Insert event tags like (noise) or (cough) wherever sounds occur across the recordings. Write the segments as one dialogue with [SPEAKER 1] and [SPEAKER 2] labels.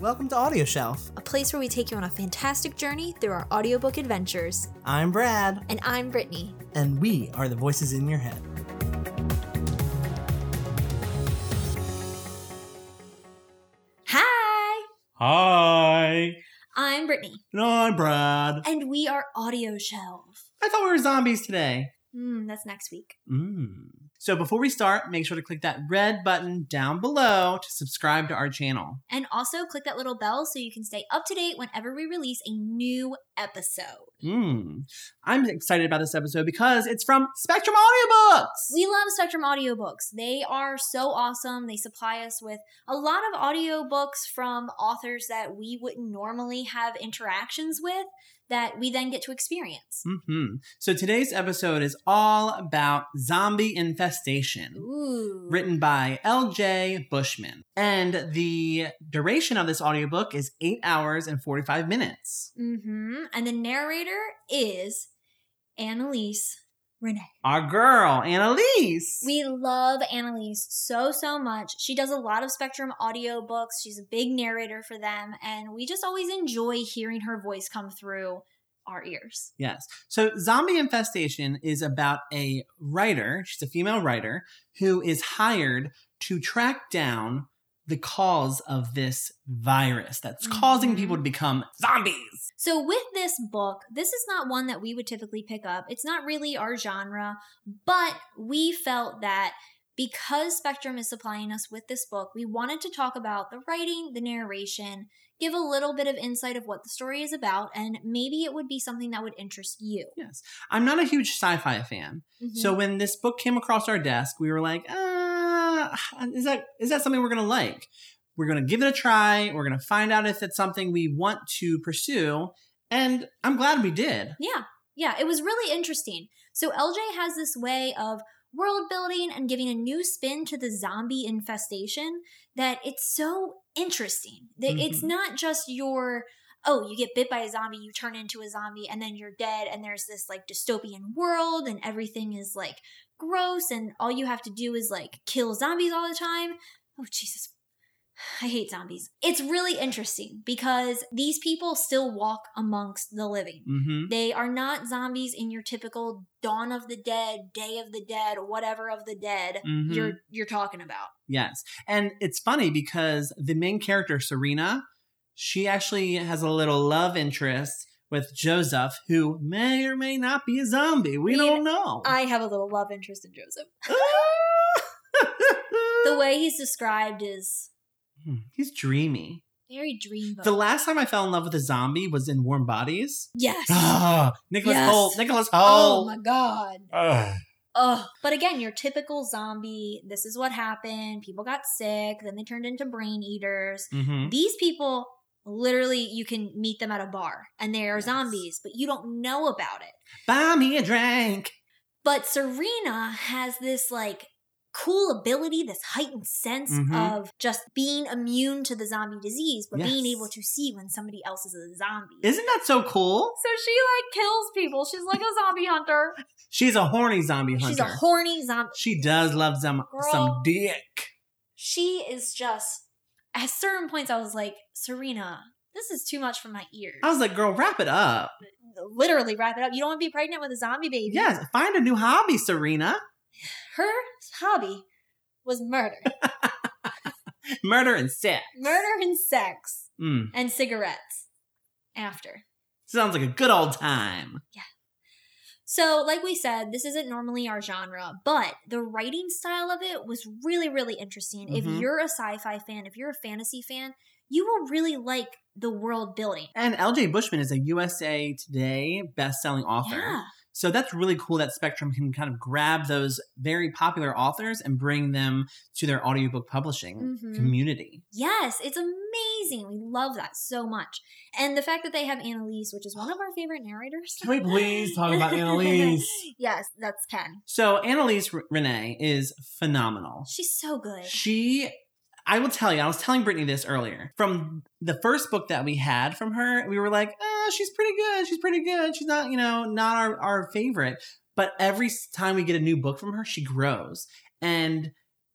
[SPEAKER 1] Welcome to Audio Shelf.
[SPEAKER 2] a place where we take you on a fantastic journey through our audiobook adventures.
[SPEAKER 1] I'm Brad,
[SPEAKER 2] And I'm Brittany.
[SPEAKER 1] and we are the voices in your head.
[SPEAKER 2] Hi!
[SPEAKER 1] Hi.
[SPEAKER 2] I'm Brittany,
[SPEAKER 1] No, I'm Brad.
[SPEAKER 2] and we are Audio Shelf.
[SPEAKER 1] I thought we were zombies today.
[SPEAKER 2] Hmm, that's next week.
[SPEAKER 1] Mm. So before we start, make sure to click that red button down below to subscribe to our channel.
[SPEAKER 2] And also click that little bell so you can stay up to date whenever we release a new episode.
[SPEAKER 1] Mm. I'm excited about this episode because it's from Spectrum Audiobooks.
[SPEAKER 2] We love Spectrum audiobooks. They are so awesome. They supply us with a lot of audiobooks from authors that we wouldn't normally have interactions with that we then get to experience.
[SPEAKER 1] hmm So today's episode is all about zombie infestation.
[SPEAKER 2] Ooh.
[SPEAKER 1] Hmm. written by LJ Bushman. And the duration of this audiobook is 8 hours and 45 minutes.
[SPEAKER 2] Mm-hmm. And the narrator is Annalise Renee.
[SPEAKER 1] Our girl, Annalise.
[SPEAKER 2] We love Annalise so, so much. She does a lot of Spectrum audiobooks. She's a big narrator for them. And we just always enjoy hearing her voice come through our ears.
[SPEAKER 1] yes. So Zombie Infestation is about a writer, she's a female writer who is hired to track down the cause of this virus that's causing
[SPEAKER 2] Mhm.
[SPEAKER 1] people to become zombies.
[SPEAKER 2] So, with this book, this is not one that we would typically pick up. It's not really our genre, but we felt that because Spectrum is supplying us with this book, we wanted to talk about the writing, the narration, give a little bit of insight of what the story is about, and maybe it would be something that would interest you.
[SPEAKER 1] Yes. I'm not a huge sci-fi fan. So
[SPEAKER 2] Mhm.
[SPEAKER 1] when this book came across our desk, we were like, uh, is that is that something we're gonna like? We're gonna give it a try. We're gonna find out if it's something we want to pursue. And I'm glad we did.
[SPEAKER 2] Yeah, yeah, it was really interesting. So LJ has this way of world building and giving a new spin to the zombie infestation that it's so interesting. That it's
[SPEAKER 1] Mhm.
[SPEAKER 2] not just your oh, you get bit by a zombie, you turn into a zombie and then you're dead and there's this like dystopian world and everything is like gross and all you have to do is like kill zombies all the time. Oh Jesus. I hate zombies. It's really interesting because these people still walk amongst the living.
[SPEAKER 1] Mm-hmm.
[SPEAKER 2] They are not zombies in your typical dawn of the dead, day of the dead, whatever of the dead
[SPEAKER 1] Mhm.
[SPEAKER 2] you're you're talking about.
[SPEAKER 1] Yes. And it's funny because the main character, Serena, she actually has a little love interest with Joseph, who may or may not be a zombie. We
[SPEAKER 2] I mean,
[SPEAKER 1] don't know.
[SPEAKER 2] I have a little love interest in Joseph.
[SPEAKER 1] Ah!
[SPEAKER 2] (laughs) The way he's described is
[SPEAKER 1] (laughs) He's dreamy.
[SPEAKER 2] very dreamboat.
[SPEAKER 1] The last time I fell in love with a zombie was in Warm
[SPEAKER 2] (gasps)
[SPEAKER 1] Bodies. (gasps)
[SPEAKER 2] yes.
[SPEAKER 1] Ah, Nicholas
[SPEAKER 2] Yes.
[SPEAKER 1] Holt. Nicholas
[SPEAKER 2] Oh
[SPEAKER 1] Holt.
[SPEAKER 2] my god.
[SPEAKER 1] Ugh.
[SPEAKER 2] Ugh. But again, your typical zombie. This is what happened. People got sick. Then they turned into brain eaters.
[SPEAKER 1] Mhm.
[SPEAKER 2] These people, literally, you can meet them at a bar and they are
[SPEAKER 1] Yes.
[SPEAKER 2] zombies, but you don't know about it.
[SPEAKER 1] Buy me a drink.
[SPEAKER 2] But Serena has this like cool ability, this heightened sense
[SPEAKER 1] Mhm.
[SPEAKER 2] of just being immune to the zombie disease, but being
[SPEAKER 1] Yes.
[SPEAKER 2] able to see when somebody else is a zombie.
[SPEAKER 1] Isn't that so cool?
[SPEAKER 2] so she like kills people. She's like a
[SPEAKER 1] (laughs)
[SPEAKER 2] zombie hunter.
[SPEAKER 1] She's a horny zombie hunter.
[SPEAKER 2] She's a horny zombie.
[SPEAKER 1] she does love some some
[SPEAKER 2] Girl.
[SPEAKER 1] dick.
[SPEAKER 2] She is just at certain points I was like, Serena, this is too much for my ears.
[SPEAKER 1] I was like, girl, wrap it up.
[SPEAKER 2] Literally wrap it up. You don't want to be pregnant with a zombie baby.
[SPEAKER 1] Yes, find a new hobby, Serena.
[SPEAKER 2] Her hobby was
[SPEAKER 1] (laughs)
[SPEAKER 2] murder.
[SPEAKER 1] Murder and sex.
[SPEAKER 2] murder and sex.
[SPEAKER 1] Mm,
[SPEAKER 2] and cigarettes after.
[SPEAKER 1] sounds like a good old time.
[SPEAKER 2] So, like we said, this isn't normally our genre, but the writing style of it was really, really interesting.
[SPEAKER 1] Mhm.
[SPEAKER 2] If you're a sci fi fan, if you're a fantasy fan, you will really like the world building.
[SPEAKER 1] And L.J. Bushman is a USA Today best-selling author.
[SPEAKER 2] Yeah.
[SPEAKER 1] So that's really cool that Spectrum can kind of grab those very popular authors and bring them to their audiobook publishing
[SPEAKER 2] Mhm.
[SPEAKER 1] community.
[SPEAKER 2] Yes, it's amazing. We love that so much. And the fact that they have Annalise, which is one of our favorite narrators.
[SPEAKER 1] Can we please talk
[SPEAKER 2] (laughs)
[SPEAKER 1] about Annalise?
[SPEAKER 2] yes, that's Ken.
[SPEAKER 1] So Annalise R- Renee is phenomenal.
[SPEAKER 2] She's so good.
[SPEAKER 1] She, I will tell you, I was telling Brittany this earlier. From the first book that we had from her, we were like, "Ah, she's pretty good. She's pretty good. She's not, you know, not our, our favorite. But every s- time we get a new book from her, she grows. And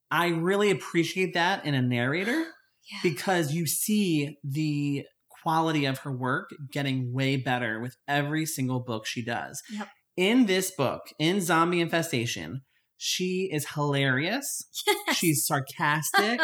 [SPEAKER 1] I really appreciate that in a narrator.
[SPEAKER 2] Yeah.
[SPEAKER 1] because you see the quality of her work getting way better with every single book she does.
[SPEAKER 2] Yep.
[SPEAKER 1] In this book, in Zombie Infestation, she is hilarious.
[SPEAKER 2] (laughs)
[SPEAKER 1] She's sarcastic.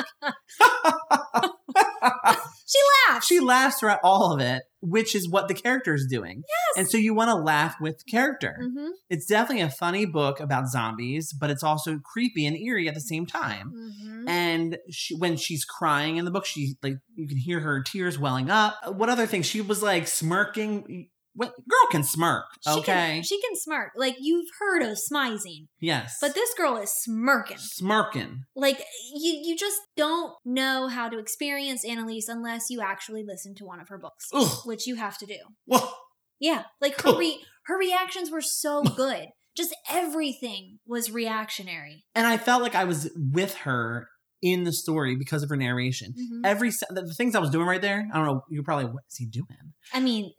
[SPEAKER 2] She laughs.
[SPEAKER 1] she laughs throughout all of it, which is what the character is doing.
[SPEAKER 2] Yes.
[SPEAKER 1] And so you want to laugh with the character.
[SPEAKER 2] hmm
[SPEAKER 1] It's definitely a funny book about zombies, but it's also creepy and eerie at the same time.
[SPEAKER 2] hmm
[SPEAKER 1] And she, when she's crying in the book, she like you can hear her tears welling up. Uh, What other thing? She was like smirking. What girl can smirk?
[SPEAKER 2] She
[SPEAKER 1] Okay,
[SPEAKER 2] can, she can smirk. Like you've heard of smizing,
[SPEAKER 1] yes,
[SPEAKER 2] but this girl is smirking.
[SPEAKER 1] smirking.
[SPEAKER 2] Like you, you just don't know how to experience Annalise unless you actually listen to one of her books,
[SPEAKER 1] Ugh.
[SPEAKER 2] which you have to do.
[SPEAKER 1] Whoa.
[SPEAKER 2] Yeah, like her re- her reactions were so good. Just everything was reactionary.
[SPEAKER 1] And I felt like I was with her in the story because of her narration.
[SPEAKER 2] Mhm.
[SPEAKER 1] Every se- the, the things I was doing right there, I don't know. You're probably what is he doing?
[SPEAKER 2] I mean,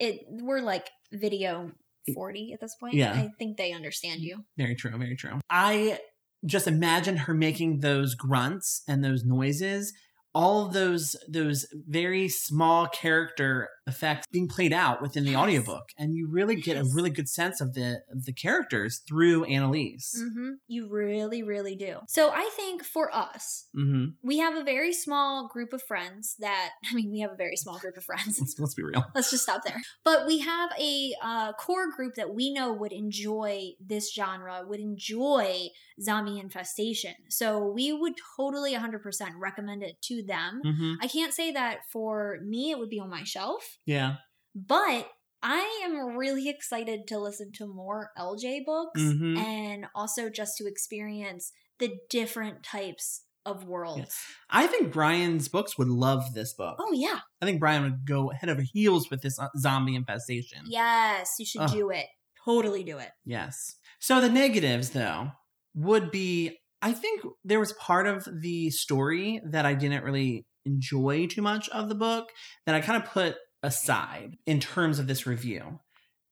[SPEAKER 2] it we're like video forty at this point.
[SPEAKER 1] Yeah.
[SPEAKER 2] I think they understand you.
[SPEAKER 1] Very true. Very true. I just imagine her making those grunts and those noises, all of those those very small character effects being played out within the
[SPEAKER 2] Yes.
[SPEAKER 1] audiobook, and you really get a
[SPEAKER 2] Yes.
[SPEAKER 1] really good sense of the of the characters through Annalise.
[SPEAKER 2] hmm You really, really do. So I think for us,
[SPEAKER 1] Mm-hmm.
[SPEAKER 2] we have a very small group of friends that (laughs) I mean, we have a very small group of friends.
[SPEAKER 1] Let's, let's be real.
[SPEAKER 2] Let's just stop there. But we have a uh, core group that we know would enjoy this genre, would enjoy zombie infestation. So we would totally 100% recommend it to them.
[SPEAKER 1] Mm-hmm.
[SPEAKER 2] I can't say that for me, it would be on my shelf,
[SPEAKER 1] Yeah.
[SPEAKER 2] but I am really excited to listen to more LJ books
[SPEAKER 1] Mhm.
[SPEAKER 2] and also just to experience the different types of worlds.
[SPEAKER 1] I think Brian's books would love this book.
[SPEAKER 2] Oh, yeah.
[SPEAKER 1] I think Brian would go head over heels with this uh, zombie infestation.
[SPEAKER 2] Yes, you should
[SPEAKER 1] Ugh.
[SPEAKER 2] do it. Totally do it.
[SPEAKER 1] Yes. So the negatives, though, would be I think there was part of the story that I didn't really enjoy too much of the book that I kind of put aside in terms of this review.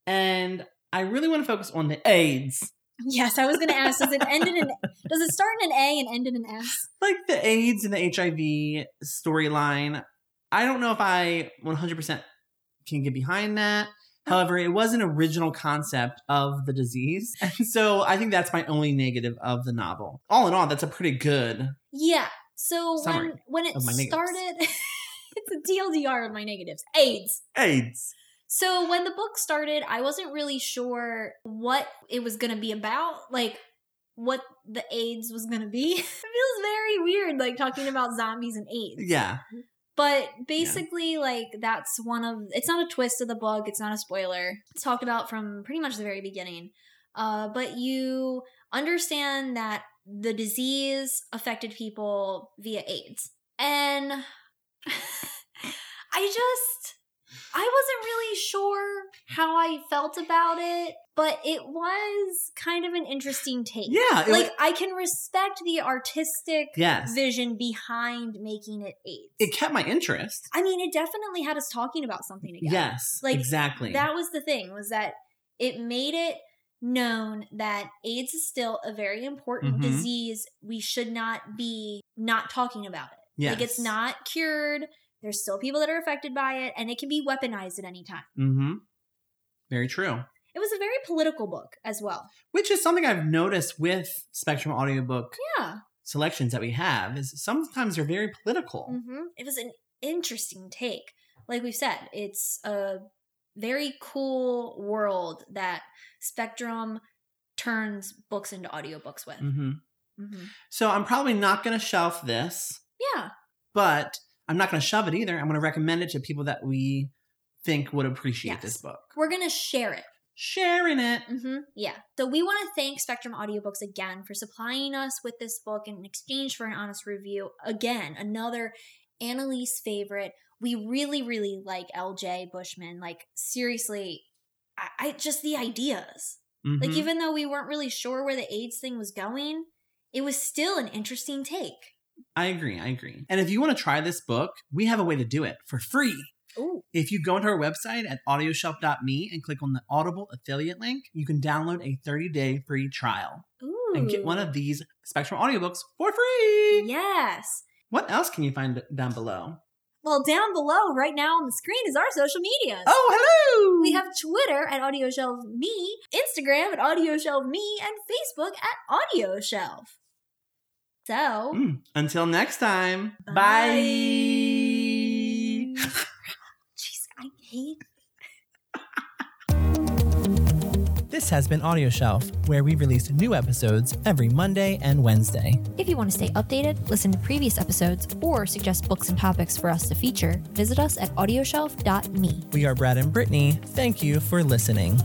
[SPEAKER 1] And I really want to focus on the AIDS.
[SPEAKER 2] Yes, I was going to ask. Does it end in an? Does it start in an A and end in an S?
[SPEAKER 1] Like the AIDS and the HIV storyline. I don't know if I 100% can get behind that. However, it was an original concept of the disease. (laughs) And so I think that's my only negative of the novel. All in all, that's a pretty good
[SPEAKER 2] Yeah. So
[SPEAKER 1] Summary
[SPEAKER 2] when when it
[SPEAKER 1] of my negatives.
[SPEAKER 2] started, (laughs) it's a DLDR of my negatives. AIDS.
[SPEAKER 1] AIDS.
[SPEAKER 2] So when the book started, I wasn't really sure what it was going to be about, like what the AIDS was going to be. (laughs) it feels very weird, like talking about zombies and AIDS.
[SPEAKER 1] Yeah.
[SPEAKER 2] But basically, like that's one of it's not a twist of the book, it's not a spoiler. It's talked about from pretty much the very beginning. Uh, but you understand that the disease affected people via AIDS. And (laughs) I just I wasn't really sure how I felt about it, but it was kind of an interesting take.
[SPEAKER 1] Yeah. it
[SPEAKER 2] Like
[SPEAKER 1] was-
[SPEAKER 2] I can respect the artistic
[SPEAKER 1] yes.
[SPEAKER 2] vision behind making it AIDS.
[SPEAKER 1] It kept my interest.
[SPEAKER 2] I mean, it definitely had us talking about something again.
[SPEAKER 1] Yes.
[SPEAKER 2] Like,
[SPEAKER 1] exactly.
[SPEAKER 2] That was the thing was that it made it known that AIDS is still a very important
[SPEAKER 1] Mhm.
[SPEAKER 2] disease. We should not be not talking about it.
[SPEAKER 1] yes.
[SPEAKER 2] Like it's not cured. There's still people that are affected by it and it can be weaponized at any time.
[SPEAKER 1] Mm-hmm. Very true.
[SPEAKER 2] It was a very political book as well.
[SPEAKER 1] Which is something I've noticed with Spectrum audiobook
[SPEAKER 2] Yeah.
[SPEAKER 1] selections that we have is sometimes they're very political.
[SPEAKER 2] hmm It was an interesting take. Like we said, it's a very cool world that Spectrum turns books into audiobooks with.
[SPEAKER 1] Mm-hmm.
[SPEAKER 2] hmm
[SPEAKER 1] So I'm probably not going to shelf this,
[SPEAKER 2] Yeah.
[SPEAKER 1] but I'm not going to shove it either. I'm going to recommend it to people that we think would appreciate
[SPEAKER 2] Yes.
[SPEAKER 1] this book.
[SPEAKER 2] We're going to share it.
[SPEAKER 1] Sharing it.
[SPEAKER 2] hmm Yeah. So we want to thank Spectrum Audiobooks again for supplying us with this book in exchange for an honest review. Again, another Annalise favorite. We really, really like LJ Bushman. Like, seriously, I, I just the ideas. Mm-hmm. Like,
[SPEAKER 1] Mhm.
[SPEAKER 2] even though we weren't really sure where the AIDS thing was going, it was still an interesting take.
[SPEAKER 1] I agree. I agree. And if you want to try this book, we have a way to do it for free.
[SPEAKER 2] Ooh.
[SPEAKER 1] If you go into our website at audioshelf.me and click on the Audible affiliate link, you can download a 30 day free trial
[SPEAKER 2] Ooh. Hmm.
[SPEAKER 1] and get one of these Spectrum audiobooks for free.
[SPEAKER 2] Yes.
[SPEAKER 1] What else can you find down below?
[SPEAKER 2] Well, down below right now on the screen is our social medias.
[SPEAKER 1] Oh, hello!
[SPEAKER 2] We have Twitter at Audio Shelf Me, Instagram at Audio Shelf Me, and Facebook at Audio Shelf. So,
[SPEAKER 1] Mm. Until next time.
[SPEAKER 2] Bye.
[SPEAKER 1] Bye.
[SPEAKER 2] jeez, I hate
[SPEAKER 3] This has been Audio Shelf, where we release new episodes every Monday and Wednesday.
[SPEAKER 4] If you want to stay updated, listen to previous episodes, or suggest books and topics for us to feature, visit us at audioshelf.me.
[SPEAKER 3] We are Brad and Brittany. Thank you for listening.